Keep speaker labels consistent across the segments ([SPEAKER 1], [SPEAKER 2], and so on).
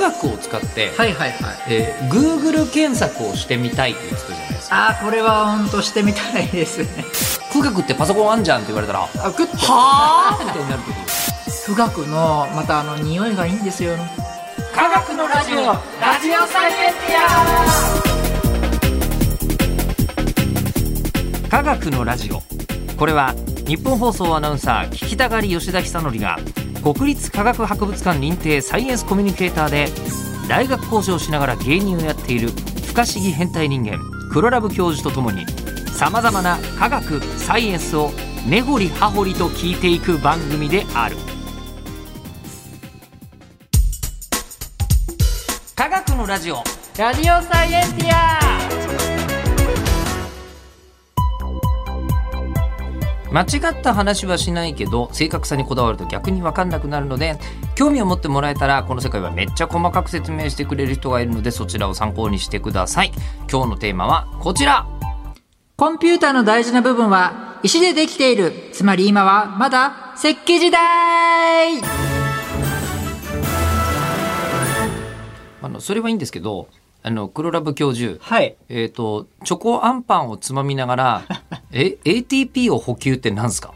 [SPEAKER 1] 学を使って、
[SPEAKER 2] はいはいはい
[SPEAKER 1] えー Google 検索をしてみたいって言ってたじゃないですか
[SPEAKER 2] ああこれは本当してみたいですね
[SPEAKER 1] 富岳ってパソコンあんじゃんって言われたらは
[SPEAKER 2] あグッと
[SPEAKER 1] あみたいになるけど
[SPEAKER 2] 富岳のまたあの匂いがいいんですよ科学のラジオラジオサイエンティ
[SPEAKER 1] 科学のラジオこれは日本放送アナウンサー聞きたがり吉田久典が国立科学博物館認定サイエンスコミュニケーターで大学講師をしながら芸人をやっている不可思議変態人間黒ラブ教授とともにさまざまな科学サイエンスを根掘り葉掘りと聞いていく番組である科学のラジオ
[SPEAKER 2] アラジオサイエンティア
[SPEAKER 1] 間違った話はしないけど正確さにこだわると逆に分かんなくなるので興味を持ってもらえたらこの世界はめっちゃ細かく説明してくれる人がいるのでそちらを参考にしてください今日のテーマはこちら
[SPEAKER 2] コンピューターの大事な部分は石でできているつまり今はまだ石器時代
[SPEAKER 1] あのそれはいいんですけどあの黒ラブ教授
[SPEAKER 2] はい
[SPEAKER 1] えっ、とチョコアンパンをつまみながら え ATP を補給ってなんですか、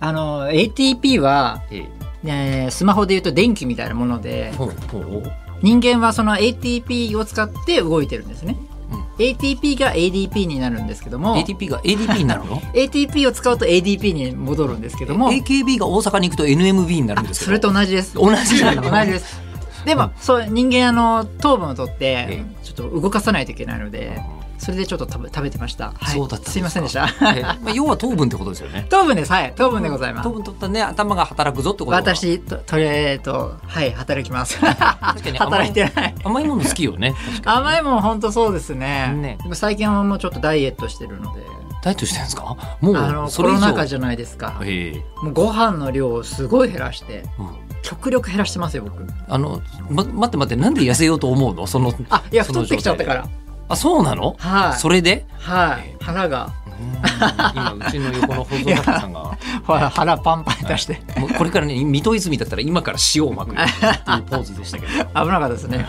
[SPEAKER 2] あの ATP は、
[SPEAKER 1] えー
[SPEAKER 2] ね、スマホで言うと電気みたいなもので
[SPEAKER 1] ほうほうほう
[SPEAKER 2] 人間はその ATP を使って動いてるんですね、
[SPEAKER 1] うん
[SPEAKER 2] ATP が ADP になるんですけども
[SPEAKER 1] ATP が ADP になるの
[SPEAKER 2] ATP を使うと ADP に戻るんですけども
[SPEAKER 1] AKB が大阪に行くと NMB になるんですけど
[SPEAKER 2] それと同じです
[SPEAKER 1] 同じな
[SPEAKER 2] な
[SPEAKER 1] の
[SPEAKER 2] の同じですでも、そう人間あの糖分を取って
[SPEAKER 1] え
[SPEAKER 2] ちょっと動かさないといけないのでそれでちょっと食べ食べてました、はい
[SPEAKER 1] そうだったんですか
[SPEAKER 2] すいませんでした
[SPEAKER 1] えまあ、要は糖分ってことですよね
[SPEAKER 2] 糖分ですはい糖分でございます
[SPEAKER 1] 糖分取ったね頭が働くぞってことは
[SPEAKER 2] 私ととりあえずとはい働きます
[SPEAKER 1] かに
[SPEAKER 2] 働いてない
[SPEAKER 1] 甘いもの好きよ ね
[SPEAKER 2] 甘いもんほんとそうですね
[SPEAKER 1] ね
[SPEAKER 2] でも最近はもうちょっとダイエットしてるので
[SPEAKER 1] ダイエットしてるんですかも
[SPEAKER 2] あ
[SPEAKER 1] う
[SPEAKER 2] の
[SPEAKER 1] そ
[SPEAKER 2] コ
[SPEAKER 1] れ以
[SPEAKER 2] ロ
[SPEAKER 1] 上
[SPEAKER 2] ナ禍じゃないですか
[SPEAKER 1] ええ
[SPEAKER 2] もうご飯の量をすごい減らして
[SPEAKER 1] うん
[SPEAKER 2] 極力減らしてますよ僕
[SPEAKER 1] あの、ま、待って待ってなんで痩せようと思うのその
[SPEAKER 2] あいや
[SPEAKER 1] その
[SPEAKER 2] 太ってきちゃったから
[SPEAKER 1] あそうなの
[SPEAKER 2] はい
[SPEAKER 1] それ で
[SPEAKER 2] はい腹が
[SPEAKER 1] うーん今うちの横の保存学さんが
[SPEAKER 2] ほ ら腹パンパンに出して
[SPEAKER 1] もうこれからね水戸泉だったら今から塩をまくよっていうポーズでしたけど
[SPEAKER 2] 危なかったですね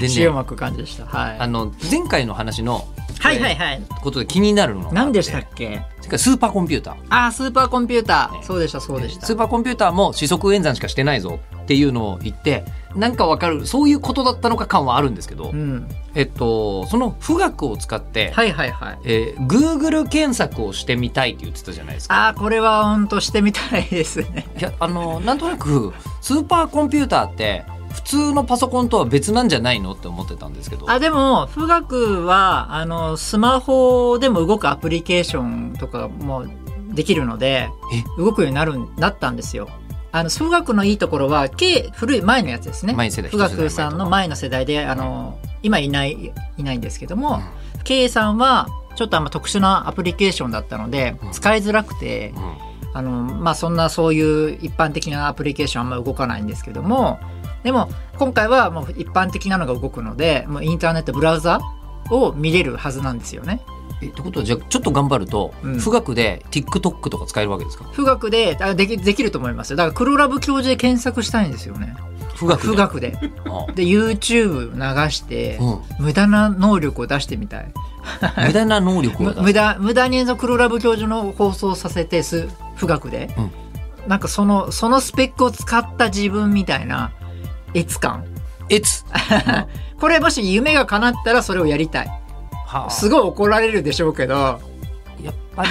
[SPEAKER 1] でね
[SPEAKER 2] 塩まく感じでしたはい
[SPEAKER 1] あの前回の話の
[SPEAKER 2] はいはいはい
[SPEAKER 1] ことで気になるのがあって
[SPEAKER 2] 何でしたっけ
[SPEAKER 1] それからスーパーコンピューター
[SPEAKER 2] あースーパーコンピューター
[SPEAKER 1] ね
[SPEAKER 2] そうでしたそうでし
[SPEAKER 1] ス
[SPEAKER 2] た
[SPEAKER 1] ーパーコンピューターも四則演算しかしてないぞっていうのを言ってなんかわかるそういうことだったのか感はあるんですけど、
[SPEAKER 2] うん
[SPEAKER 1] えっと、その富岳を使って、
[SPEAKER 2] はいはいはい
[SPEAKER 1] えー Google 検索をしてみたいって言ってたじゃないですか。
[SPEAKER 2] ああこれは本当してみたいです ね
[SPEAKER 1] いやあのなんとなくスーパーコンピューターって普通のパソコンとは別なんじゃないのって思ってたんですけど
[SPEAKER 2] あでも富岳はあのスマホでも動くアプリケーションとかもできるので動くようになるんなったんですよあの富岳のいいところはけ古い前のやつですね
[SPEAKER 1] 前世代
[SPEAKER 2] 富岳さんの前の世代であの、今いないいないんですけども、K さんはちょっとあんま特殊なアプリケーションだったので、
[SPEAKER 1] うん
[SPEAKER 2] 使いづらくて、
[SPEAKER 1] うん
[SPEAKER 2] あのまあそんなそういう一般的なアプリケーションあんま動かないんですけどもでも今回はもう一般的なのが動くのでもうインターネットブラウザを見れるはずなんですよね。
[SPEAKER 1] えってことはじゃあちょっと頑張ると、
[SPEAKER 2] うん
[SPEAKER 1] 富岳で TikTok とか使えるわけですか
[SPEAKER 2] 富岳であできできると思いますよだから黒ラブ教授で検索したいんですよね。
[SPEAKER 1] 富岳
[SPEAKER 2] 富
[SPEAKER 1] で
[SPEAKER 2] 岳で。
[SPEAKER 1] あ
[SPEAKER 2] で YouTube 流して、
[SPEAKER 1] うん
[SPEAKER 2] 無駄な能力を出してみたい。
[SPEAKER 1] 無駄な能力を
[SPEAKER 2] む
[SPEAKER 1] 出す
[SPEAKER 2] 無駄無駄にその黒ラブ教授の放送させてす富岳で、
[SPEAKER 1] うん
[SPEAKER 2] なんかそのそのスペックを使った自分みたいな越感
[SPEAKER 1] えつ
[SPEAKER 2] これもし夢が叶ったらそれをやりたい
[SPEAKER 1] はあ
[SPEAKER 2] すごい怒られるでしょうけど
[SPEAKER 1] やっぱり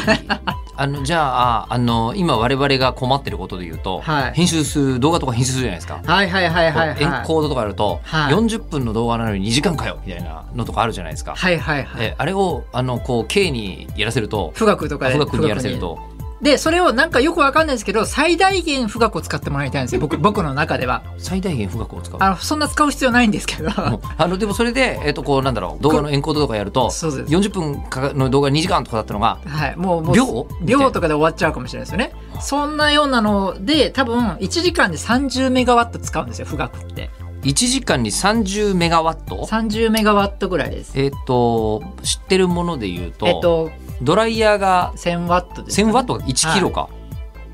[SPEAKER 1] あのじゃああの今我々が困ってることで言うと、
[SPEAKER 2] はい
[SPEAKER 1] 編集する動画とか編集するじゃないですか。
[SPEAKER 2] はいはいはいはいはい
[SPEAKER 1] こうエンコードとかあると、
[SPEAKER 2] はい
[SPEAKER 1] 40分の動画なのに2時間かよみたいなのとかあるじゃないですか。
[SPEAKER 2] はいはいはい
[SPEAKER 1] であれをあのこう K にやらせると
[SPEAKER 2] 富岳とかで
[SPEAKER 1] 富岳にやらせると
[SPEAKER 2] でそれをなんかよくわかんないですけど最大限富岳を使ってもらいたいんですよ僕僕の中では
[SPEAKER 1] 最大限富岳を使う。
[SPEAKER 2] あのそんな使う必要ないんですけど
[SPEAKER 1] もうあのでもそれで、えっとこうなんだろう動画のエンコードとかやると
[SPEAKER 2] そうです
[SPEAKER 1] 40分かの動画2時間とかだったのが
[SPEAKER 2] はい、もうもう
[SPEAKER 1] 秒
[SPEAKER 2] 秒とかで終わっちゃうかもしれないですよねそんなようなので多分1時間で30メガワット使うんですよ富岳って
[SPEAKER 1] 1時間に30メガワット
[SPEAKER 2] 30メガワットぐらいです
[SPEAKER 1] えっと知ってるもので言うと,、
[SPEAKER 2] えっと
[SPEAKER 1] ドライヤーが
[SPEAKER 2] 1000ワットですかね、
[SPEAKER 1] 1000ワットが1キロか、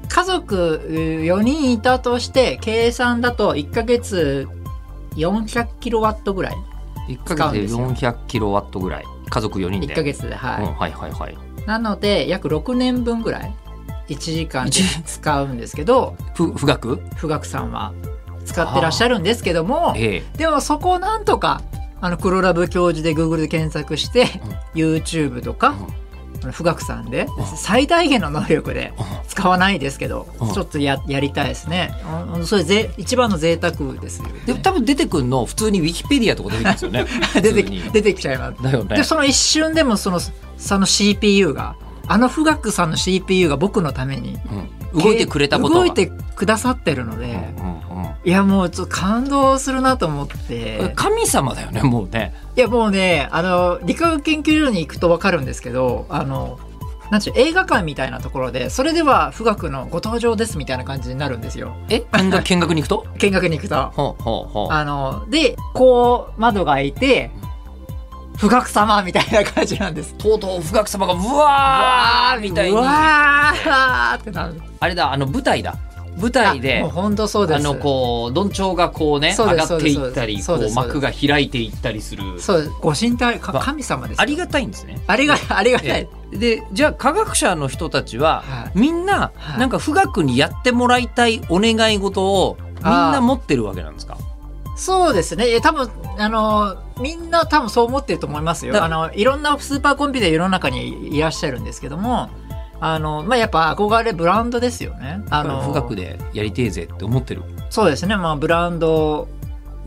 [SPEAKER 2] 家族4人いたとして計算だと1ヶ月400キロワットぐらい
[SPEAKER 1] 1ヶ月で
[SPEAKER 2] 使うん
[SPEAKER 1] 400キロワットぐらい家族4人で
[SPEAKER 2] 1ヶ月ではい、
[SPEAKER 1] うん、はいはいはい
[SPEAKER 2] なので約6年分ぐらい1時間で使うんですけど
[SPEAKER 1] ふ富岳
[SPEAKER 2] 富岳さんは使ってらっしゃるんですけども
[SPEAKER 1] ええ
[SPEAKER 2] でもそこをなんとかあの黒ラブ教授で Google で検索して、YouTube とか、あの富岳さんで、
[SPEAKER 1] うん
[SPEAKER 2] 最大限の能力で
[SPEAKER 1] う
[SPEAKER 2] 使わないですけど、
[SPEAKER 1] うん
[SPEAKER 2] ちょっとややりたいですね。うんそれぜ一番の贅沢ですよ、ね。
[SPEAKER 1] んで多分出てくるの普通にウィキペディアとか出てくるんです よね
[SPEAKER 2] 出て
[SPEAKER 1] 普通
[SPEAKER 2] き
[SPEAKER 1] に
[SPEAKER 2] 出てきちゃいます。
[SPEAKER 1] だよね
[SPEAKER 2] でその一瞬でもそのその CPU があの富岳さんの CPU が僕のために
[SPEAKER 1] うん、動いてくれたことが
[SPEAKER 2] 動いてくださってるので、
[SPEAKER 1] うんうんうん
[SPEAKER 2] いやもうちょっと感動するなと思って
[SPEAKER 1] 神様だよねもうね
[SPEAKER 2] いやもうねあの理科学研究所に行くと分かるんですけどあのなんちゅう映画館みたいなところでそれでは富岳のご登場ですみたいな感じになるんですよ
[SPEAKER 1] え見学見学に行くと
[SPEAKER 2] 見学に行くと。
[SPEAKER 1] ほうほうほう
[SPEAKER 2] あのでこう窓が開いて富岳様みたいな感じなんです。
[SPEAKER 1] とうとう富岳様がうわーみたいうに
[SPEAKER 2] わーってなる。
[SPEAKER 1] あれだあの舞台だ舞台
[SPEAKER 2] あ
[SPEAKER 1] で
[SPEAKER 2] もう本当そうで
[SPEAKER 1] あ
[SPEAKER 2] す。
[SPEAKER 1] のこうどんちょうがこうね
[SPEAKER 2] そう
[SPEAKER 1] 上
[SPEAKER 2] です
[SPEAKER 1] がっていったりこ
[SPEAKER 2] そうで
[SPEAKER 1] う
[SPEAKER 2] すそうです
[SPEAKER 1] 幕が開いていったりする
[SPEAKER 2] そうですご神体か
[SPEAKER 1] わ
[SPEAKER 2] 神様ですよ。
[SPEAKER 1] ありがたいんですね。
[SPEAKER 2] ありがありがたい
[SPEAKER 1] え。えでじゃあ科学者の人たちは、
[SPEAKER 2] はい
[SPEAKER 1] みんな、
[SPEAKER 2] はい
[SPEAKER 1] なんか富岳にやってもらいたいお願い事をみんな持ってるわけなんですか
[SPEAKER 2] そうですね。え多分あのみんな多分そう思ってると思いますよ。
[SPEAKER 1] だ
[SPEAKER 2] あのいろんなスーパーコンピューター世の中にいらっしゃるんですけども、あのまあやっぱ憧れブランドですよね。あの
[SPEAKER 1] 富岳でやりてえぜって思ってる
[SPEAKER 2] そうですね。まあブランド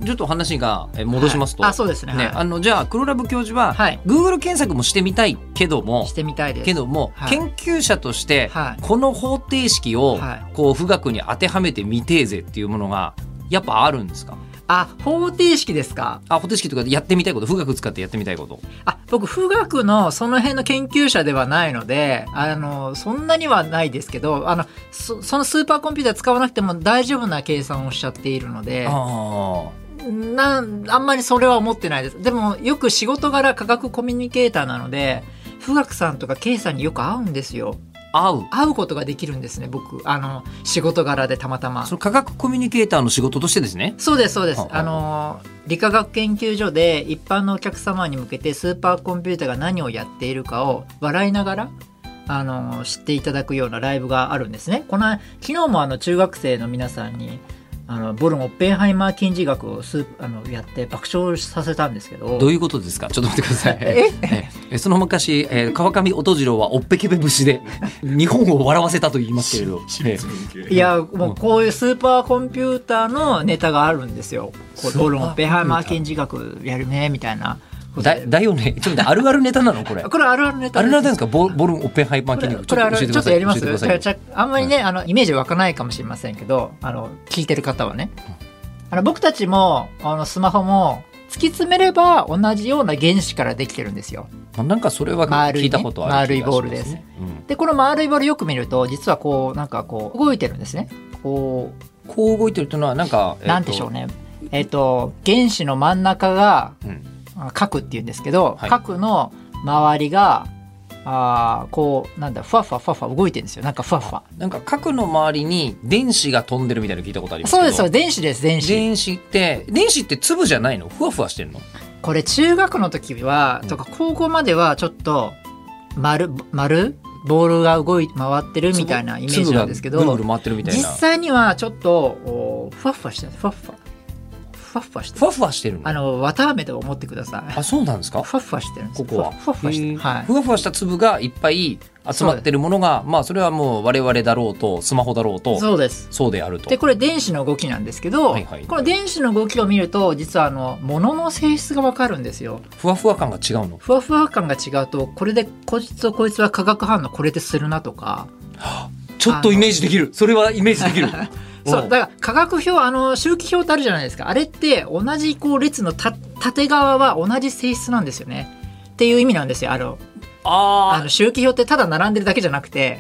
[SPEAKER 1] ちょっと話がえ戻しますと、
[SPEAKER 2] はいあそうですね。
[SPEAKER 1] ね
[SPEAKER 2] はい
[SPEAKER 1] あのじゃあ黒ラブ教授は、
[SPEAKER 2] はい
[SPEAKER 1] Google 検索もしてみたいけども
[SPEAKER 2] してみたいです。
[SPEAKER 1] けども、
[SPEAKER 2] はい
[SPEAKER 1] 研究者として、
[SPEAKER 2] はい
[SPEAKER 1] この方程式を、
[SPEAKER 2] はい
[SPEAKER 1] こう富岳に当てはめてみてえぜっていうものがやっぱあるんですか
[SPEAKER 2] あ方程式ですか
[SPEAKER 1] あ方程式とかでやってみたいこと富岳使ってやってみたいこと
[SPEAKER 2] あ僕富岳のその辺の研究者ではないのであのそんなにはないですけどあのそそのスーパーコンピューター使わなくても大丈夫な計算をしちゃっているので
[SPEAKER 1] あ
[SPEAKER 2] なんあんまりそれは思ってないですでもよく仕事柄科学コミュニケーターなので富岳さんとか K さんによく会うんですよ
[SPEAKER 1] あ合う
[SPEAKER 2] 会うことができるんですね僕あの仕事柄でたまたま
[SPEAKER 1] その科学コミュニケーターの仕事としてですね
[SPEAKER 2] そうですそうです
[SPEAKER 1] は。あ
[SPEAKER 2] あの理化学研究所で一般のお客様に向けてスーパーコンピューターが何をやっているかを笑いながらあの知っていただくようなライブがあるんですね。この昨日もあの中学生の皆さんにあのボルン・オッペンハイマー金字学をスーあのやって爆笑させたんですけど。
[SPEAKER 1] どういうことですかちょっと待ってください。
[SPEAKER 2] え
[SPEAKER 1] えその昔、えー川上音次郎はおっぺけべ節で 日本を笑わせたと言いますけれど、え
[SPEAKER 2] いやもうこういうスーパーコンピューターのネタがあるんですよ。こうボルン・オッペンハイマー金字学やるねみたいな
[SPEAKER 1] ー
[SPEAKER 2] こと
[SPEAKER 1] だ
[SPEAKER 2] で。
[SPEAKER 1] だよねちょっと待ってあるあるネタなのこれ。
[SPEAKER 2] これあるあるネタ
[SPEAKER 1] あ
[SPEAKER 2] で
[SPEAKER 1] れ
[SPEAKER 2] す
[SPEAKER 1] なんですかボボルンオッペンハイマー
[SPEAKER 2] こ
[SPEAKER 1] 筋
[SPEAKER 2] れ
[SPEAKER 1] 肉
[SPEAKER 2] これあの
[SPEAKER 1] 教えてく
[SPEAKER 2] ち
[SPEAKER 1] だ
[SPEAKER 2] ょっと
[SPEAKER 1] さい
[SPEAKER 2] やります
[SPEAKER 1] 教えてください
[SPEAKER 2] ちゃあんまりね、あのイメージ湧かないかもしれませんけどあの聞いてる方はね、あの僕たちもあのスマホも突き詰めれば同じような原子からできてるんですよ
[SPEAKER 1] あなんかそれは
[SPEAKER 2] 丸いね
[SPEAKER 1] 聞いたことある気がしますね、
[SPEAKER 2] 丸いボールです
[SPEAKER 1] うん
[SPEAKER 2] でこの丸いボールよく見ると実はこうなんかこう動いてるんですねこ
[SPEAKER 1] こう動いてるというのはなんか、
[SPEAKER 2] うなんでしょう
[SPEAKER 1] ね、
[SPEAKER 2] ねえっ、と原子の真ん中が
[SPEAKER 1] うん
[SPEAKER 2] あ核っていうんですけど、
[SPEAKER 1] はい
[SPEAKER 2] 核の周りがあーこうなんだふわふわふわふわ動いてるんですよなんかふわふわ
[SPEAKER 1] なんか核の周りに電子が飛んでるみたいなの聞いたことありますけ
[SPEAKER 2] そ
[SPEAKER 1] ど
[SPEAKER 2] うですそうです電子です電子
[SPEAKER 1] 電子って電子って粒じゃないのふわふわしてるの
[SPEAKER 2] これ中学の時は
[SPEAKER 1] うん
[SPEAKER 2] とか高校まではちょっと丸丸ボールが動い回ってるみたいなイメージなんですけど
[SPEAKER 1] 粒がぐるぐる回ってるみたい
[SPEAKER 2] 実
[SPEAKER 1] な
[SPEAKER 2] 際にはちょっとおふわふわしてるふわふわふわふわして
[SPEAKER 1] ふ
[SPEAKER 2] る
[SPEAKER 1] わふわしてるの
[SPEAKER 2] あの綿あめと思ってください
[SPEAKER 1] あそうなんですか
[SPEAKER 2] ふわふわしてるんです
[SPEAKER 1] ここは
[SPEAKER 2] ふわふわして
[SPEAKER 1] へー
[SPEAKER 2] るはい
[SPEAKER 1] ふわふわした粒がいっぱい集まってるものがまあそれはもう我々だろうとスマホだろうとそう
[SPEAKER 2] そうです
[SPEAKER 1] であると
[SPEAKER 2] でこれ電子の動きなんですけど、
[SPEAKER 1] はいはい
[SPEAKER 2] この電子の動きを見ると実はあの物の性質がわかるんですよ
[SPEAKER 1] ふわふわ感が違うの
[SPEAKER 2] ふわふわ感が違うとこれでこいつとこいつは化学反応これでするなとか
[SPEAKER 1] ちょっとイメージできるそれはイメージできる
[SPEAKER 2] そう、
[SPEAKER 1] ん
[SPEAKER 2] だから化学表、あの、周期表ってあるじゃないですか。あれって、同じこう列のた縦側は同じ性質なんですよね。っていう意味なんですよ。あの、
[SPEAKER 1] あ
[SPEAKER 2] あ
[SPEAKER 1] ー
[SPEAKER 2] の周期表ってただ並んでるだけじゃなくて、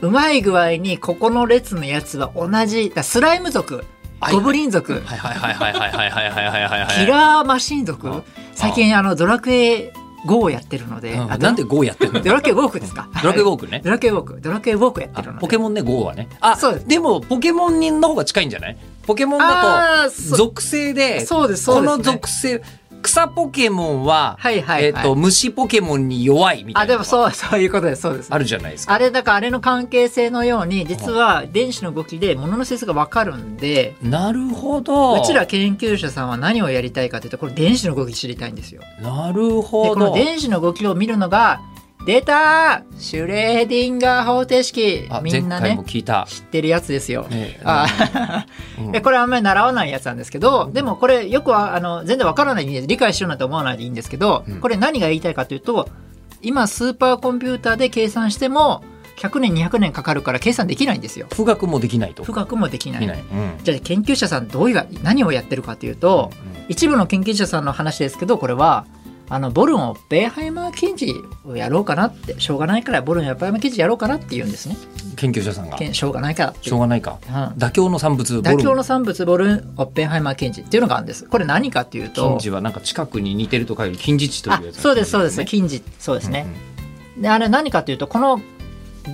[SPEAKER 2] うまい具合にここの列のやつは同じ、だからスライム族、
[SPEAKER 1] はい
[SPEAKER 2] ゴブリン族、
[SPEAKER 1] はいはいはいはいはいはいはいはいはいはい
[SPEAKER 2] キラーマシン族、
[SPEAKER 1] うん
[SPEAKER 2] 最近あの、ドラクエ5をやってるので、
[SPEAKER 1] うん
[SPEAKER 2] あ
[SPEAKER 1] なんで5やってるの
[SPEAKER 2] ド
[SPEAKER 1] ド
[SPEAKER 2] ラクエウォークですか
[SPEAKER 1] ラクエウ
[SPEAKER 2] ーク。
[SPEAKER 1] ォークね
[SPEAKER 2] ドラクエウォーク、ドラクエウォークやってるので。
[SPEAKER 1] ポケモンね5はねあ
[SPEAKER 2] そうです
[SPEAKER 1] でもポケモン人の方が近いんじゃないポケモンだ
[SPEAKER 2] あー
[SPEAKER 1] と
[SPEAKER 2] そ
[SPEAKER 1] 属性で
[SPEAKER 2] そうですそ
[SPEAKER 1] こ
[SPEAKER 2] うです、
[SPEAKER 1] の
[SPEAKER 2] ね、
[SPEAKER 1] 属性草ポケモンは、
[SPEAKER 2] はいはいはい
[SPEAKER 1] えっと虫ポケモンに弱いみた
[SPEAKER 2] あ
[SPEAKER 1] いな
[SPEAKER 2] で
[SPEAKER 1] の
[SPEAKER 2] も
[SPEAKER 1] が
[SPEAKER 2] そう そういうことですそうです
[SPEAKER 1] あるじゃないですか。
[SPEAKER 2] あれだからあれの関係性のように実は電子の動きで物の性質が分かるんで
[SPEAKER 1] なるほど。
[SPEAKER 2] うちら研究者さんは何をやりたいかというとこれ電子の動き知りたいんですよ。
[SPEAKER 1] なる
[SPEAKER 2] で
[SPEAKER 1] ほ
[SPEAKER 2] この
[SPEAKER 1] ど。
[SPEAKER 2] 電子の動きを見るのが出たシュレーディンガー方程式
[SPEAKER 1] あ
[SPEAKER 2] み
[SPEAKER 1] 前
[SPEAKER 2] んな
[SPEAKER 1] 回
[SPEAKER 2] ね
[SPEAKER 1] も聞いた。
[SPEAKER 2] 知ってるやつですよ。
[SPEAKER 1] ね
[SPEAKER 2] あ
[SPEAKER 1] うん
[SPEAKER 2] でこれあんまり習わないやつなんですけどでもこれよくはあの全然わからないんで理解しようなんて思わないでいいんですけど、
[SPEAKER 1] うん
[SPEAKER 2] これ何が言いたいかというと今スーパーコンピューターで計算しても100年200年かかるから計算できないんですよ。
[SPEAKER 1] 富岳もできないと。
[SPEAKER 2] 深くもできな
[SPEAKER 1] で
[SPEAKER 2] い。
[SPEAKER 1] きない。うん
[SPEAKER 2] じゃあ研究者さんどういう何をやってるかというと、一部の研究者さんの話ですけどこれはあのボルンをベーハイマー検事をやろうかなってしょうがないからボルンやベーハイマー検事やろうかなって言うんですね
[SPEAKER 1] 研究者さんが
[SPEAKER 2] けんしょうがないからってい
[SPEAKER 1] し
[SPEAKER 2] う
[SPEAKER 1] ょうがないか。
[SPEAKER 2] うん
[SPEAKER 1] 妥協の産物ボル
[SPEAKER 2] 妥協の
[SPEAKER 1] ム。
[SPEAKER 2] 産物ボルンオッペンハイマー検事っていうのがあるんですこれ何かっていう
[SPEAKER 1] 近
[SPEAKER 2] と
[SPEAKER 1] 似はなんか近くに似てると書いて近似値とい
[SPEAKER 2] あ
[SPEAKER 1] うやつ。
[SPEAKER 2] そうですそうです近似そうですね、。であれ何かというとこの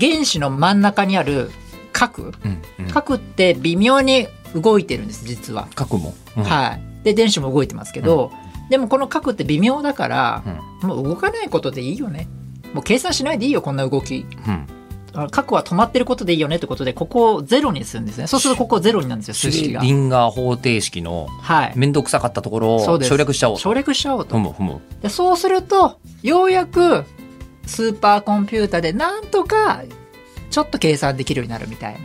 [SPEAKER 2] 原子の真ん中にある核
[SPEAKER 1] うんうんうんうん
[SPEAKER 2] 核って微妙に動いてるんです実は
[SPEAKER 1] 核も。うん
[SPEAKER 2] はい、で電子も動いてますけど、でもこの角って微妙だから
[SPEAKER 1] う、ん
[SPEAKER 2] もう動かないことでいいよねもう計算しないでいいよこんな動き
[SPEAKER 1] うん
[SPEAKER 2] あの角は止まってることでいいよねってことでここをゼロにするんですねそうするとここゼロになるんですよ
[SPEAKER 1] シ
[SPEAKER 2] 数
[SPEAKER 1] ュレ
[SPEAKER 2] 式
[SPEAKER 1] ー
[SPEAKER 2] が
[SPEAKER 1] デ。ィンガー方程式の
[SPEAKER 2] はい
[SPEAKER 1] 面倒くさかったところ
[SPEAKER 2] そう
[SPEAKER 1] を
[SPEAKER 2] です
[SPEAKER 1] 省略しちゃおう。
[SPEAKER 2] 省略しちゃおうと
[SPEAKER 1] ふむふむ。
[SPEAKER 2] でそうするとようやくスーパーコンピューターでなんとかちょっと計算できるようになるみたいな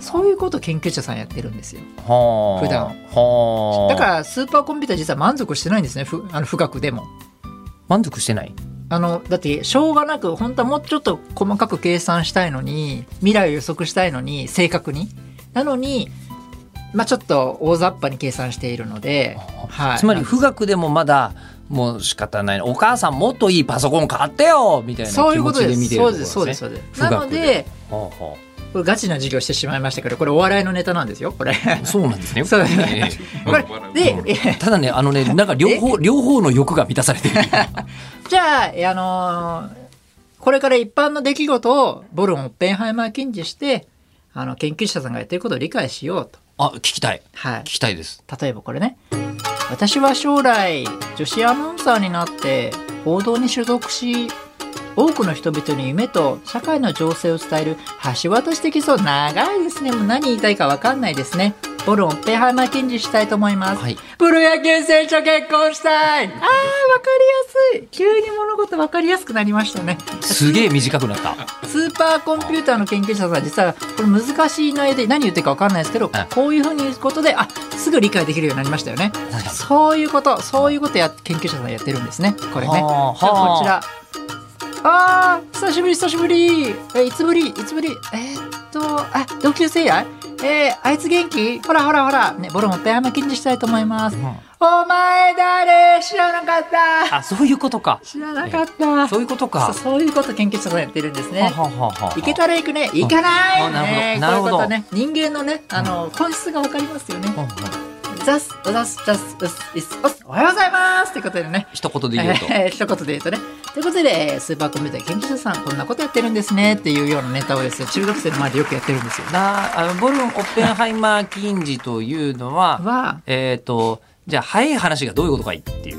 [SPEAKER 2] そういうことを研究者さんやってるんですよ
[SPEAKER 1] はあ。
[SPEAKER 2] 普段
[SPEAKER 1] はあ。
[SPEAKER 2] だからスーパーコンピューター実は満足してないんですねふあの富岳でも
[SPEAKER 1] 満足してない。
[SPEAKER 2] あのだってしょうがなく本当はもうちょっと細かく計算したいのに未来を予測したいのに正確になのに、まあ、ちょっと大雑把に計算しているので、はい、
[SPEAKER 1] つまり
[SPEAKER 2] なんか
[SPEAKER 1] 富岳でもまだもう仕方ないお母さんもっといいパソコン買ってよみたいな
[SPEAKER 2] そうい
[SPEAKER 1] 気
[SPEAKER 2] うこ
[SPEAKER 1] 持
[SPEAKER 2] と
[SPEAKER 1] ち
[SPEAKER 2] で
[SPEAKER 1] です見てる
[SPEAKER 2] そ
[SPEAKER 1] ところ
[SPEAKER 2] うで
[SPEAKER 1] ですす
[SPEAKER 2] そうで
[SPEAKER 1] ね
[SPEAKER 2] すそうです
[SPEAKER 1] 富岳
[SPEAKER 2] なので
[SPEAKER 1] はあは
[SPEAKER 2] これガチな授業してしまいましたけどこれお笑いのネタなんですよこれ
[SPEAKER 1] あ そうなんですね
[SPEAKER 2] そうですね
[SPEAKER 1] ええ
[SPEAKER 2] これで え
[SPEAKER 1] ただねあのねなんか両方両方の欲が満たされ てる
[SPEAKER 2] じゃあ、えあのーこれから一般の出来事をボルン・オッペンハイマー禁止してあの研究者さんがやってることを理解しようと。
[SPEAKER 1] あ聞きたい
[SPEAKER 2] はい
[SPEAKER 1] 聞、きたいです
[SPEAKER 2] 例えばこれね私は将来女子アナウンサーになって報道に所属し多くの人々に夢と社会の情勢を伝える橋渡し的そう長いですねもう何言いたいか分かんないですねボルンオッペンハイマー検事したいと思います、
[SPEAKER 1] はい
[SPEAKER 2] プロ野球選手と結婚したいあー分かりやすい急に物事分かりやすくなりましたね
[SPEAKER 1] すげえ短くな った
[SPEAKER 2] スーパーコンピューターの研究者さんは実はこれ難しい内容で何言ってるか分かんないですけど
[SPEAKER 1] ん
[SPEAKER 2] こういうふうに言うことであすぐ理解できるようになりましたよね
[SPEAKER 1] 確かに
[SPEAKER 2] そういうことそういうことや研究者さんやってるんですねこれね
[SPEAKER 1] はあ
[SPEAKER 2] じゃあこ
[SPEAKER 1] は
[SPEAKER 2] ちらあー久しぶり久しぶりえいつぶりいつぶりえーっとあ同級生やえー、あいつ元気ほらほらほらねボロもペアマキンにしたいと思います
[SPEAKER 1] うん
[SPEAKER 2] お前誰知らなかった
[SPEAKER 1] あそういうことか
[SPEAKER 2] 知らなかった
[SPEAKER 1] そういうことか
[SPEAKER 2] そうそういうこと研究者さんやってるんですね
[SPEAKER 1] はあはあはあはあ
[SPEAKER 2] 行けたら行くね行かない、
[SPEAKER 1] あなるほど
[SPEAKER 2] ね
[SPEAKER 1] なるほど
[SPEAKER 2] こういうことね人間のねあの、本質がわかりますよね
[SPEAKER 1] うんうん
[SPEAKER 2] ザスザスザスザスイスオスおはようございますってことでね
[SPEAKER 1] 一言で言うと
[SPEAKER 2] えー一言で言うとねということでえースーパーコンピューター研究者さんこんなことやってるんですねっていうようなネタをですね中学生の前でよくやってるんですよ
[SPEAKER 1] なあのボルン・オッペンハイマー・キンジというのは
[SPEAKER 2] は
[SPEAKER 1] えっ、と、じゃあ、早い話がどういうことかいっていう。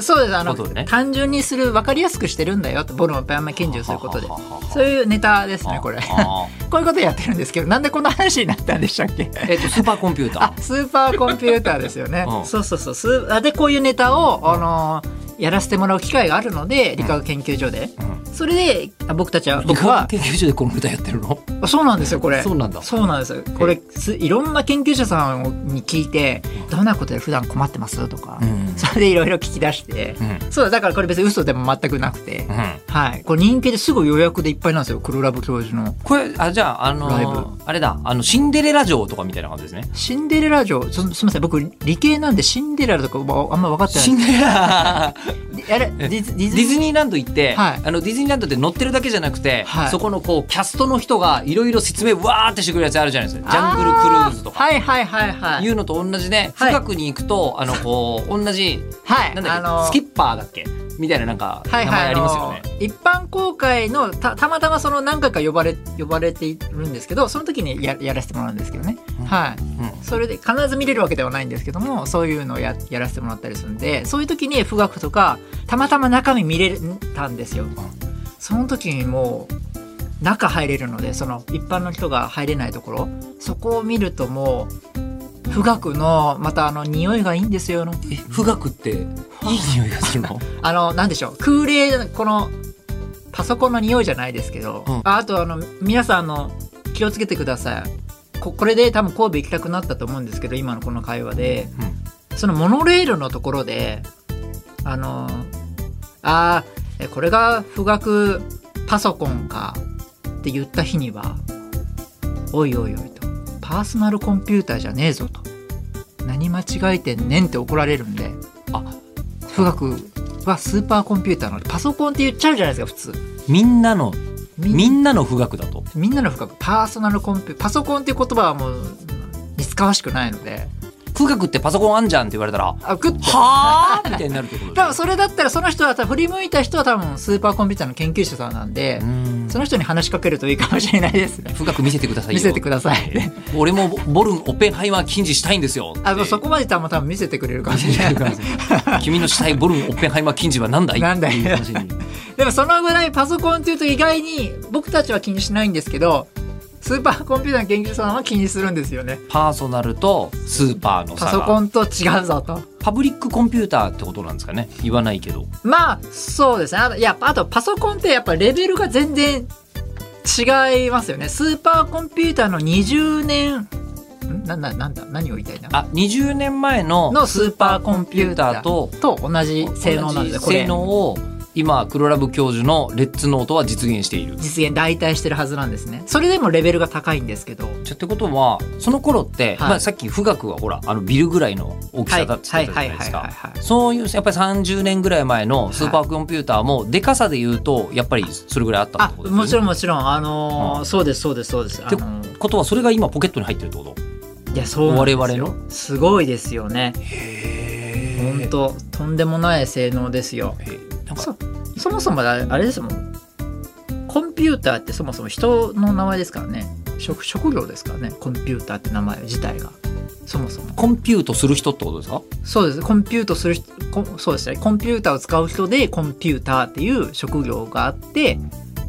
[SPEAKER 2] そうですあの、
[SPEAKER 1] ことね
[SPEAKER 2] 単純にする分かりやすくしてるんだよとボルのペアマ研究をすることで
[SPEAKER 1] ははははは
[SPEAKER 2] そういうネタですねこれ
[SPEAKER 1] ああ
[SPEAKER 2] こういうことやってるんですけどなんでこんな話になったんでしたっけ
[SPEAKER 1] えっ、と、スーパーコンピュー
[SPEAKER 2] あ
[SPEAKER 1] タ
[SPEAKER 2] スーパーコンピューターですよね、
[SPEAKER 1] うん
[SPEAKER 2] そうそうそうスーあでこういうネタを、あのーやらせてもらう機会があるので理化学研究所で、
[SPEAKER 1] ー。うん
[SPEAKER 2] それであ僕たちは
[SPEAKER 1] 理
[SPEAKER 2] 僕
[SPEAKER 1] 化学
[SPEAKER 2] は
[SPEAKER 1] 研究所でこの歌やってるの
[SPEAKER 2] あそうなんですよこれ
[SPEAKER 1] そうなんだ。
[SPEAKER 2] そうなんですよこれすいろんな研究者さんに聞いてどんなことで普段困ってますとか、
[SPEAKER 1] うん。うん。
[SPEAKER 2] それでいろいろ聞き出して、そうだだからこれ別に嘘でも全くなくて、
[SPEAKER 1] うん
[SPEAKER 2] はいこれ人気ですぐ予約でいっぱいなんですよ黒ラブ教授の
[SPEAKER 1] これ、あ、じゃあ、あの
[SPEAKER 2] ライ
[SPEAKER 1] ーあれだ、あの、シンデレラ城とかみたいな感じですね。
[SPEAKER 2] シンデレラ城すすみません僕理系なんでシンデレラとかあんま分かってない
[SPEAKER 1] シンデレラ、
[SPEAKER 2] あれディズディ
[SPEAKER 1] ディ
[SPEAKER 2] ズニー
[SPEAKER 1] ズニーランド行って、
[SPEAKER 2] はい
[SPEAKER 1] あの、ディズニーランドって乗ってるだけじゃなくて、
[SPEAKER 2] はい
[SPEAKER 1] そこのこう、キャストの人がいろいろ説明わーってしてくるやつあるじゃないですか。ジャングルクルーズとか。
[SPEAKER 2] はいはいはいはい
[SPEAKER 1] いうのと同じで、
[SPEAKER 2] はい
[SPEAKER 1] 深くに行くと、あの、こう、同じ
[SPEAKER 2] はい
[SPEAKER 1] なん
[SPEAKER 2] あ
[SPEAKER 1] だっけ、
[SPEAKER 2] の
[SPEAKER 1] スキッパーだっけみたいななんか
[SPEAKER 2] は
[SPEAKER 1] 名
[SPEAKER 2] いは
[SPEAKER 1] 前
[SPEAKER 2] い、
[SPEAKER 1] ありますよね、
[SPEAKER 2] あの一般公開のたたまたまその何回か呼ばれ呼ばれているんですけどその時にややらせてもらうんですけどね、
[SPEAKER 1] うん
[SPEAKER 2] はい
[SPEAKER 1] うん
[SPEAKER 2] それで必ず見れるわけではないんですけどもそういうのをややらせてもらったりするんでそういう時に富岳とかたまたま中身見れたんですよ、その時にもう中入れるのでその一般の人が入れないところそこを見るともう富岳のまたあの匂いがいいんですよの
[SPEAKER 1] え富岳 っていい匂いがするの
[SPEAKER 2] あの、なんでしょう、空冷、この、パソコンの匂いじゃないですけど、
[SPEAKER 1] うん
[SPEAKER 2] ああと、あの、皆さん、あの、気をつけてください。ここれで多分神戸行きたくなったと思うんですけど、今のこの会話で、そのモノレールのところで、あの、あーえこれが富岳パソコンかって言った日には、おいおいおいと、パーソナルコンピューターじゃねえぞと、何間違えてんねんって怒られるんで、
[SPEAKER 1] あ
[SPEAKER 2] 富岳はスーパーコンピューターなのでパソコンって言っちゃうじゃないですか普通
[SPEAKER 1] みんなの
[SPEAKER 2] み
[SPEAKER 1] みんなの富岳だと
[SPEAKER 2] みんなの富岳パーソナルコンピューパソコンっていう言葉はもううん似つかわしくないので
[SPEAKER 1] 富岳ってパソコンあんじゃんって言われたらは
[SPEAKER 2] あグッと
[SPEAKER 1] あみたいになるってこと
[SPEAKER 2] 多分
[SPEAKER 1] す
[SPEAKER 2] それだったらその人は多分振り向いた人は多分スーパーコンピューターの研究者さんなんで、
[SPEAKER 1] うん
[SPEAKER 2] その人に話しかけるといいかもしれないですね
[SPEAKER 1] 富岳見せてくださいよ
[SPEAKER 2] 見せてください
[SPEAKER 1] 俺もボルンオッペンハイマー禁止したいんですよ
[SPEAKER 2] あもうそ
[SPEAKER 1] こ
[SPEAKER 2] こまで多分多分見せてくれるかも
[SPEAKER 1] 見
[SPEAKER 2] し
[SPEAKER 1] せ
[SPEAKER 2] れ
[SPEAKER 1] てく
[SPEAKER 2] な
[SPEAKER 1] だ
[SPEAKER 2] い
[SPEAKER 1] さい君のしたいボルンオッペンハイマー禁止は何だい
[SPEAKER 2] なんだい
[SPEAKER 1] っていう話に
[SPEAKER 2] でもそのぐらいパソコンっていうと意外に僕たちは気にしないんですけどスーパーコンピューターの研究者さんは気にするんですよね
[SPEAKER 1] パーソナルとスーパーの差が
[SPEAKER 2] パソコンと違うぞと
[SPEAKER 1] パブリックコンピューターってことなんですかね言わないけど
[SPEAKER 2] まあそうですねあのいやあとパソコンってやっぱレベルが全然違いますよねスーパーコンピューターの20年んなななんだ何を言いたいな
[SPEAKER 1] あ20年前の
[SPEAKER 2] のスーパーコン
[SPEAKER 1] ピ
[SPEAKER 2] ピュ
[SPEAKER 1] ュ
[SPEAKER 2] ー
[SPEAKER 1] ー
[SPEAKER 2] タ
[SPEAKER 1] タ
[SPEAKER 2] ー
[SPEAKER 1] ー
[SPEAKER 2] と
[SPEAKER 1] と
[SPEAKER 2] 同じ性能なんですよ
[SPEAKER 1] 同
[SPEAKER 2] こ
[SPEAKER 1] じ
[SPEAKER 2] れ
[SPEAKER 1] 性能を今黒ラブ教授のレッツノートは実現している
[SPEAKER 2] 実現代替してるはずなんですねそれでもレベルが高いんですけど
[SPEAKER 1] じゃってことはその頃って、
[SPEAKER 2] はい
[SPEAKER 1] まあ、さっき富岳はほらあのビルぐらいの大き
[SPEAKER 2] は
[SPEAKER 1] さ
[SPEAKER 2] い
[SPEAKER 1] だ
[SPEAKER 2] は
[SPEAKER 1] っ
[SPEAKER 2] い
[SPEAKER 1] て言
[SPEAKER 2] は
[SPEAKER 1] っ
[SPEAKER 2] い
[SPEAKER 1] たじゃないです
[SPEAKER 2] はいはい
[SPEAKER 1] か
[SPEAKER 2] はい
[SPEAKER 1] そういうやっぱり30年ぐらい前のスーパーコンピューターもでかさで言うとやっぱりそれぐらいあったっ
[SPEAKER 2] あ
[SPEAKER 1] てことですよね
[SPEAKER 2] もちろんもちろんあのー
[SPEAKER 1] う
[SPEAKER 2] そうですそうですそうですあのー
[SPEAKER 1] ことはそれが今ポケットに入ってるってこと
[SPEAKER 2] いやそうなんですよ
[SPEAKER 1] 我々
[SPEAKER 2] すごいですよね本当とんでもない性能ですよ
[SPEAKER 1] えーなんか
[SPEAKER 2] そそもそもだあれですもんコンピューターってそもそも人の名前ですからね職職業ですからねコンピューターって名前自体がそもそも
[SPEAKER 1] コンピュートする人ってことですか
[SPEAKER 2] そうですコンピュートする人こそうですねコンピューターを使う人でコンピューターっていう職業があって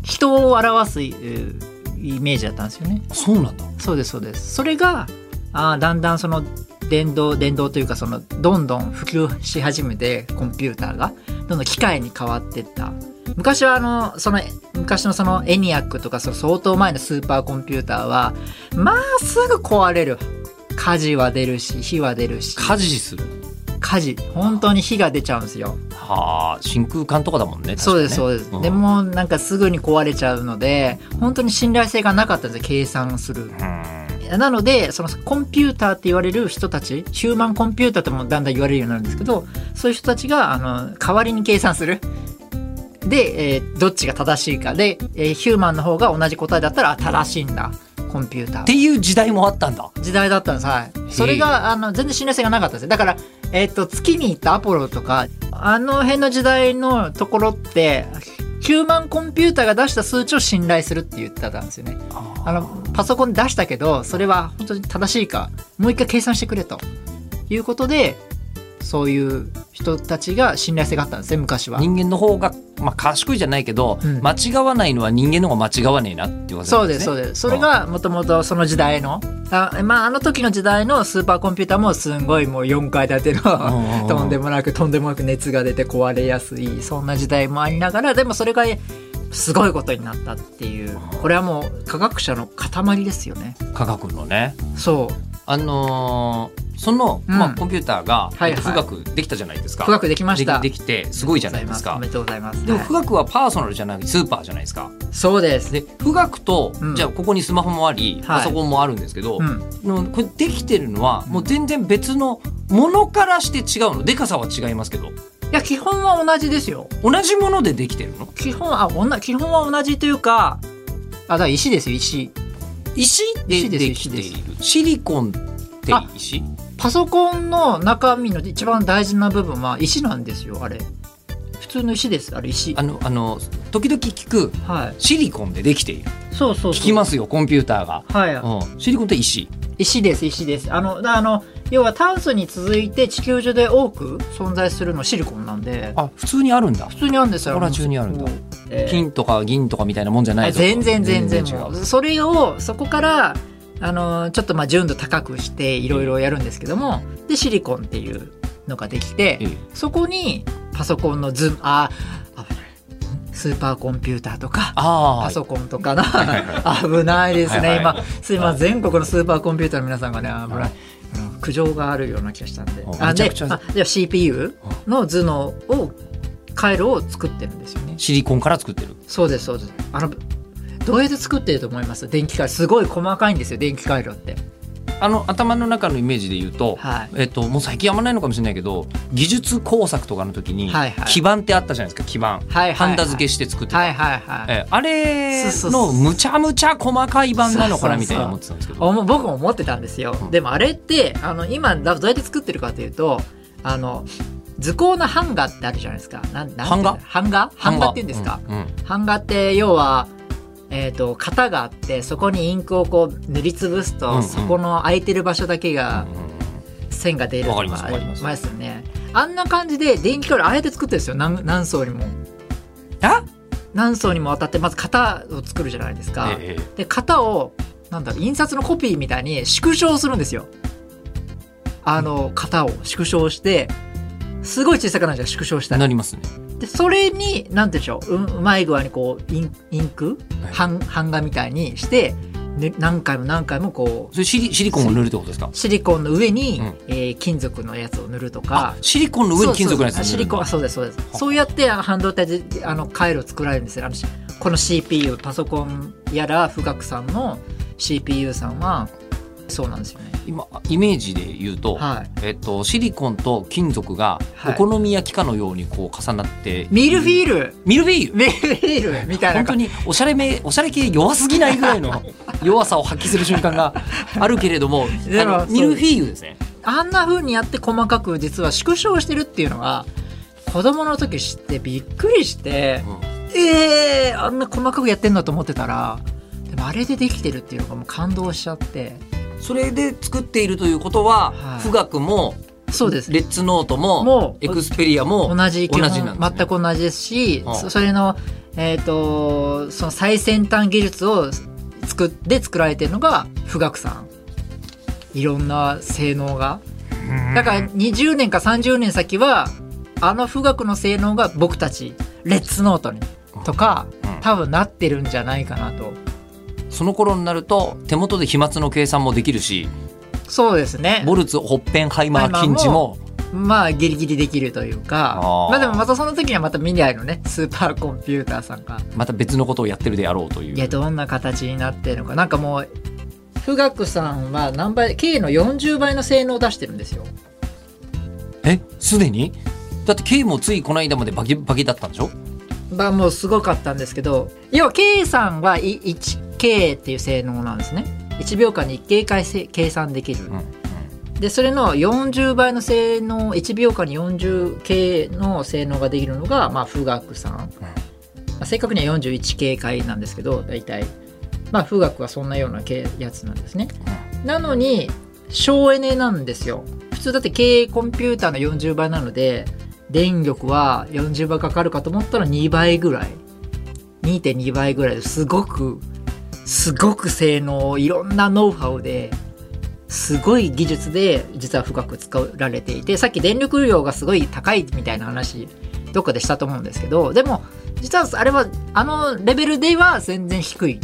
[SPEAKER 2] 人を表すえーイメージだったんですよね
[SPEAKER 1] そうなんだ
[SPEAKER 2] そうですそうですそれがあーだんだんその電動電動というかそのどんどん普及し始めてコンピューターがどんどん機械に変わっていった昔はあのその昔のそのエニアックとかその相当前のスーパーコンピューターはまあすぐ壊れる火事は出るし火は出るし
[SPEAKER 1] 家事する
[SPEAKER 2] 火事本当に火が出ちゃうんですよ
[SPEAKER 1] はあ真空管とかだもんね
[SPEAKER 2] そうですそうです、
[SPEAKER 1] うん
[SPEAKER 2] でもなんかすぐに壊れちゃうので本当に信頼性がなかったんですよ計算する
[SPEAKER 1] 確かにね
[SPEAKER 2] なのでそのコンピューターって言われる人たちヒューマンコンピューターともだんだん言われるようになるんですけどそういう人たちがあの代わりに計算する。で、えーどっちが正しいかで、えーヒューマンの方が同じ答えだったらあ正しいんだコンピューター
[SPEAKER 1] っ
[SPEAKER 2] は
[SPEAKER 1] ていう時代もあったんだ
[SPEAKER 2] 時代だったんですはいそれがあの全然信頼性がなかったんですよだから、えっと月に行ったアポロとかあの辺の時代のところってヒューマンコンピューターが出した数値を信頼するって言ってたんですよねあのパソコンで出したけどそれは本当に正しいかもう一回計算してくれということでそういう人たちが信頼性があったんですね昔は。
[SPEAKER 1] 人間の方が、まあ、賢いじゃないけど、
[SPEAKER 2] うん
[SPEAKER 1] 間違わないのは人間の方が間違わねえなっていうこと
[SPEAKER 2] そう
[SPEAKER 1] なん
[SPEAKER 2] ですそう
[SPEAKER 1] ですね
[SPEAKER 2] ですそれがもともとその時代のあ,、まあ、あの時の時代のスーパーコンピューターもすんごいもう4階建ての
[SPEAKER 1] うんうんうん
[SPEAKER 2] とんでもなくとんでもなく熱が出て壊れやすいそんな時代もありながらでもそれがすごいことになったっていうこれはもう科学者の塊ですよね
[SPEAKER 1] 科学のね
[SPEAKER 2] そう
[SPEAKER 1] あのーその、
[SPEAKER 2] うん
[SPEAKER 1] まあ、コンピューターが、
[SPEAKER 2] はいはい
[SPEAKER 1] 富岳できたじゃないですか
[SPEAKER 2] 科学できました
[SPEAKER 1] できできてすごいじゃないですか
[SPEAKER 2] おめでとうございます
[SPEAKER 1] でも
[SPEAKER 2] はい
[SPEAKER 1] 富岳はパーソナルじゃなくてスーパーじゃないですか
[SPEAKER 2] そうです
[SPEAKER 1] で富岳と、
[SPEAKER 2] うん
[SPEAKER 1] じゃあここにスマホもあり、
[SPEAKER 2] はい
[SPEAKER 1] パソコンもあるんですけど、
[SPEAKER 2] うん
[SPEAKER 1] のこれできてるのはもう全然別のものからして違うのでかさは違いますけど
[SPEAKER 2] いや基本は同じですよ
[SPEAKER 1] 同じものでできてるの
[SPEAKER 2] 基本あおな基本は同じというかあだから石ですよ石
[SPEAKER 1] 石で
[SPEAKER 2] 石です
[SPEAKER 1] できているシリコンって石
[SPEAKER 2] パソコンの中身の一番大事な部分は石なんですよあれ
[SPEAKER 1] 普
[SPEAKER 2] 通の石ですあれ石
[SPEAKER 1] あのあの時々聞く
[SPEAKER 2] は
[SPEAKER 1] シリコンでできている
[SPEAKER 2] いそうそうそう
[SPEAKER 1] 聞きますよコンピューターが、
[SPEAKER 2] はい、
[SPEAKER 1] うん、シリコンって石
[SPEAKER 2] 石です石ですあのだあの要は炭素に続いて地球上で多く存在するのシリコンなんで
[SPEAKER 1] あ普通にあるんだ
[SPEAKER 2] 普通にあるんですよ
[SPEAKER 1] ほら中にあるんだ
[SPEAKER 2] もうえー
[SPEAKER 1] 金とか銀とかみたいなもんじゃない
[SPEAKER 2] あ
[SPEAKER 1] ぞ
[SPEAKER 2] 全然全然
[SPEAKER 1] 違
[SPEAKER 2] もう
[SPEAKER 1] う
[SPEAKER 2] それをそこからあのちょっとまあ純度高くしていろいろやるんですけどもでシリコンっていうのができて
[SPEAKER 1] ええ
[SPEAKER 2] そこにパソコンのズームあー危ないスーパーコンピューターとか
[SPEAKER 1] あ
[SPEAKER 2] パ
[SPEAKER 1] あ
[SPEAKER 2] ソコンとかな危ないですね
[SPEAKER 1] は
[SPEAKER 2] 今すいません全国のスーパーコンピューターの皆さんがね危ないあの苦情があるような気がしたんで
[SPEAKER 1] うん
[SPEAKER 2] あ
[SPEAKER 1] めちゃ
[SPEAKER 2] で
[SPEAKER 1] くちゃ
[SPEAKER 2] あで CPU の頭脳を回路を作ってるんですよね
[SPEAKER 1] シリコンから作ってる
[SPEAKER 2] そうですそうですあのどうやって作ってると思います電気回路すごい細かいんですよ電気回路って
[SPEAKER 1] あの頭の中のイメージで言うと、
[SPEAKER 2] はい
[SPEAKER 1] えっと、もう最近あんまないのかもしれないけど技術工作とかの時に、
[SPEAKER 2] はいはい
[SPEAKER 1] 基盤ってあったじゃないですか基盤、
[SPEAKER 2] はいはいはい
[SPEAKER 1] ハンダ付けして作ってた、
[SPEAKER 2] はいはいはい
[SPEAKER 1] えあれ
[SPEAKER 2] そうそうそ
[SPEAKER 1] の
[SPEAKER 2] う
[SPEAKER 1] むちゃむちゃ細かい版なのかなみたいに思ってたんですけど
[SPEAKER 2] おも僕も思ってたんですよ、
[SPEAKER 1] うん
[SPEAKER 2] でもあれってあの今だどうやって作ってるかというとあの図工の版画ってあるじゃないですかなんなんてい
[SPEAKER 1] 版
[SPEAKER 2] うの版画版画っていうんですか、
[SPEAKER 1] うんうん
[SPEAKER 2] 版画って要は、えー、と型があってそこにインクをこう塗りつぶすと、
[SPEAKER 1] うんうん
[SPEAKER 2] そこの空いてる場所だけ
[SPEAKER 1] う
[SPEAKER 2] が
[SPEAKER 1] んうん
[SPEAKER 2] 線が出ると
[SPEAKER 1] わかります
[SPEAKER 2] か
[SPEAKER 1] わ
[SPEAKER 2] あ
[SPEAKER 1] か
[SPEAKER 2] り
[SPEAKER 1] ります
[SPEAKER 2] ますよねあんな感じで電気回路ああやって作ってるんですよ何何層にも
[SPEAKER 1] あ
[SPEAKER 2] 何層にもわたってまず型を作るじゃないですか、
[SPEAKER 1] ええ
[SPEAKER 2] で型をなんだろう印刷のコピーみたいに縮小するんですよあの型を縮小してすごい小さくなるじゃん縮小したら
[SPEAKER 1] なりますね
[SPEAKER 2] でそれに何て言うんでしょうううまい具合にこうインインク
[SPEAKER 1] はい
[SPEAKER 2] 版版画みたいにして、ね、何回も何回もこう
[SPEAKER 1] それシリシリコンを塗るってことですか
[SPEAKER 2] シリコンの上に、
[SPEAKER 1] うん
[SPEAKER 2] えー金属のやつを塗ると
[SPEAKER 1] あ
[SPEAKER 2] か
[SPEAKER 1] シリコンの上に金属のやつ
[SPEAKER 2] そうそうそうあシリコンあそうですそうです
[SPEAKER 1] あ
[SPEAKER 2] そうやってあの半導体であの回路を作られるんですよあのしこの CPU パソコンやら富岳さんの CPU さんはそうなんですよね
[SPEAKER 1] 今イメージで言うと、
[SPEAKER 2] はい
[SPEAKER 1] えっと、シリコンと金属が
[SPEAKER 2] は
[SPEAKER 1] お
[SPEAKER 2] い
[SPEAKER 1] 好み焼きかのようにこう重なって、
[SPEAKER 2] ミルフィール
[SPEAKER 1] ミルフィーユ
[SPEAKER 2] ミルフィールみたいな
[SPEAKER 1] 本当におしゃれめおしゃれ系弱すぎないぐらい の弱さを発揮する瞬間があるけれども
[SPEAKER 2] でも
[SPEAKER 1] あのミルフィーユですね
[SPEAKER 2] あんな風にやって細かく実は縮小してるっていうのは子供の時知ってびっくりしてえー、あんな細かくやってんだと思ってたらでもあれでできてるっていうのがもう感動しちゃって
[SPEAKER 1] それで作っているということは、
[SPEAKER 2] はい
[SPEAKER 1] 富岳も
[SPEAKER 2] そうです
[SPEAKER 1] レッツノートも
[SPEAKER 2] もう
[SPEAKER 1] エクスペリアも
[SPEAKER 2] 同じ基
[SPEAKER 1] 同
[SPEAKER 2] 本
[SPEAKER 1] じなんですね
[SPEAKER 2] 全く同じですし、
[SPEAKER 1] はあ
[SPEAKER 2] そそれの,、えー、とその最先端技術を作っで作られてるのが富岳さんいろんな性能がだから20年か30年先はあの富岳の性能が僕たちレッツノートにとか、
[SPEAKER 1] うん
[SPEAKER 2] 多分なってるんじゃないかなと
[SPEAKER 1] その頃になると手元で飛沫の計算もできるし
[SPEAKER 2] そうですね
[SPEAKER 1] ボルツホッペンハイマー禁
[SPEAKER 2] ハ
[SPEAKER 1] 止
[SPEAKER 2] イマー
[SPEAKER 1] も
[SPEAKER 2] もまあギリギリできるというか
[SPEAKER 1] あー
[SPEAKER 2] まあでもまたその時にはまた未来のねスーパーコンピューターさんが
[SPEAKER 1] また別のことをやってるであろうという
[SPEAKER 2] いやどんな形になってるのかなんかもう富岳さんは何倍 K の40倍の性能を出してるんですよ
[SPEAKER 1] えすでにだって K もついこの間までバキバキだったんでしょ
[SPEAKER 2] まあもうすごかったんですけど要は K さんはい 1K っていう性能なんですね1秒間に1回せ計算できる、でそれの40倍の性能1秒間に 40K の性能ができるのが、まあ、富岳さん、まあ、正確には 41K 回なんですけど大体、まあ、富岳はそんなような系やつなんですねなのに省エネなんですよ普通だって経営コンピューターの40倍なので電力は40倍かかるかと思ったら2倍ぐらい2.2倍ぐらいですごくすごく性能いろんなノウハウですごい技術で実は深く使られていてさっき電力量がすごい高いみたいな話どっかでしたと思うんですけどでも実はあれはあのレベルでは全然低い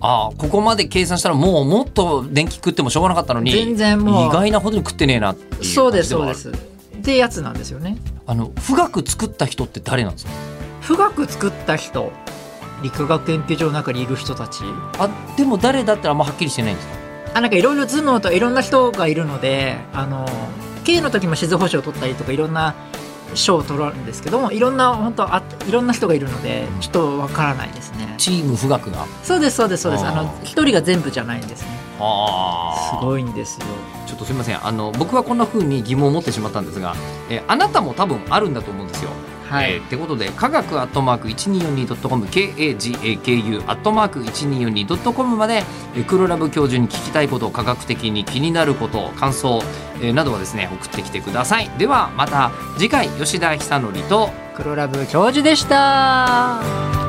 [SPEAKER 1] ああここまで計算したらもうもっと電気食ってもしょうがなかったのに
[SPEAKER 2] 全然もう
[SPEAKER 1] 意外なほどに食ってねえなっていう
[SPEAKER 2] そうですそう
[SPEAKER 1] 感
[SPEAKER 2] で
[SPEAKER 1] じ
[SPEAKER 2] すってやつなんですよね
[SPEAKER 1] はあるあの富岳作った人って誰なんですか
[SPEAKER 2] 富岳作った人理化学研究所の中にいる人たち
[SPEAKER 1] あでも誰だってあんまはっきりしてないんですか
[SPEAKER 2] あなんかいろいろ頭脳といろんな人がいるのであの K の時も静保賞を取ったりとかいろんな賞を取るんですけどもいろんな本当あいろんな人がいるのでちょっとわからないですね
[SPEAKER 1] チーム富岳が
[SPEAKER 2] そうですそうですそうですあ
[SPEAKER 1] あ
[SPEAKER 2] の
[SPEAKER 1] ー
[SPEAKER 2] 一人が全部じゃないんですね
[SPEAKER 1] あ
[SPEAKER 2] す
[SPEAKER 1] あ
[SPEAKER 2] ごいんですよ
[SPEAKER 1] ちょっとすみませんあの僕はこんな風に疑問を持ってしまったんですがえあなたも多分あるんだと思うんですよ
[SPEAKER 2] はい
[SPEAKER 1] えーってことで科学アットマーク 1242.com KAGAKU アットマーク 1242.com まで、えー、黒ラブ教授に聞きたいこと科学的に気になること感想、えーなどはですね送ってきてくださいではまた次回吉田久典と
[SPEAKER 2] 黒ラブ教授でした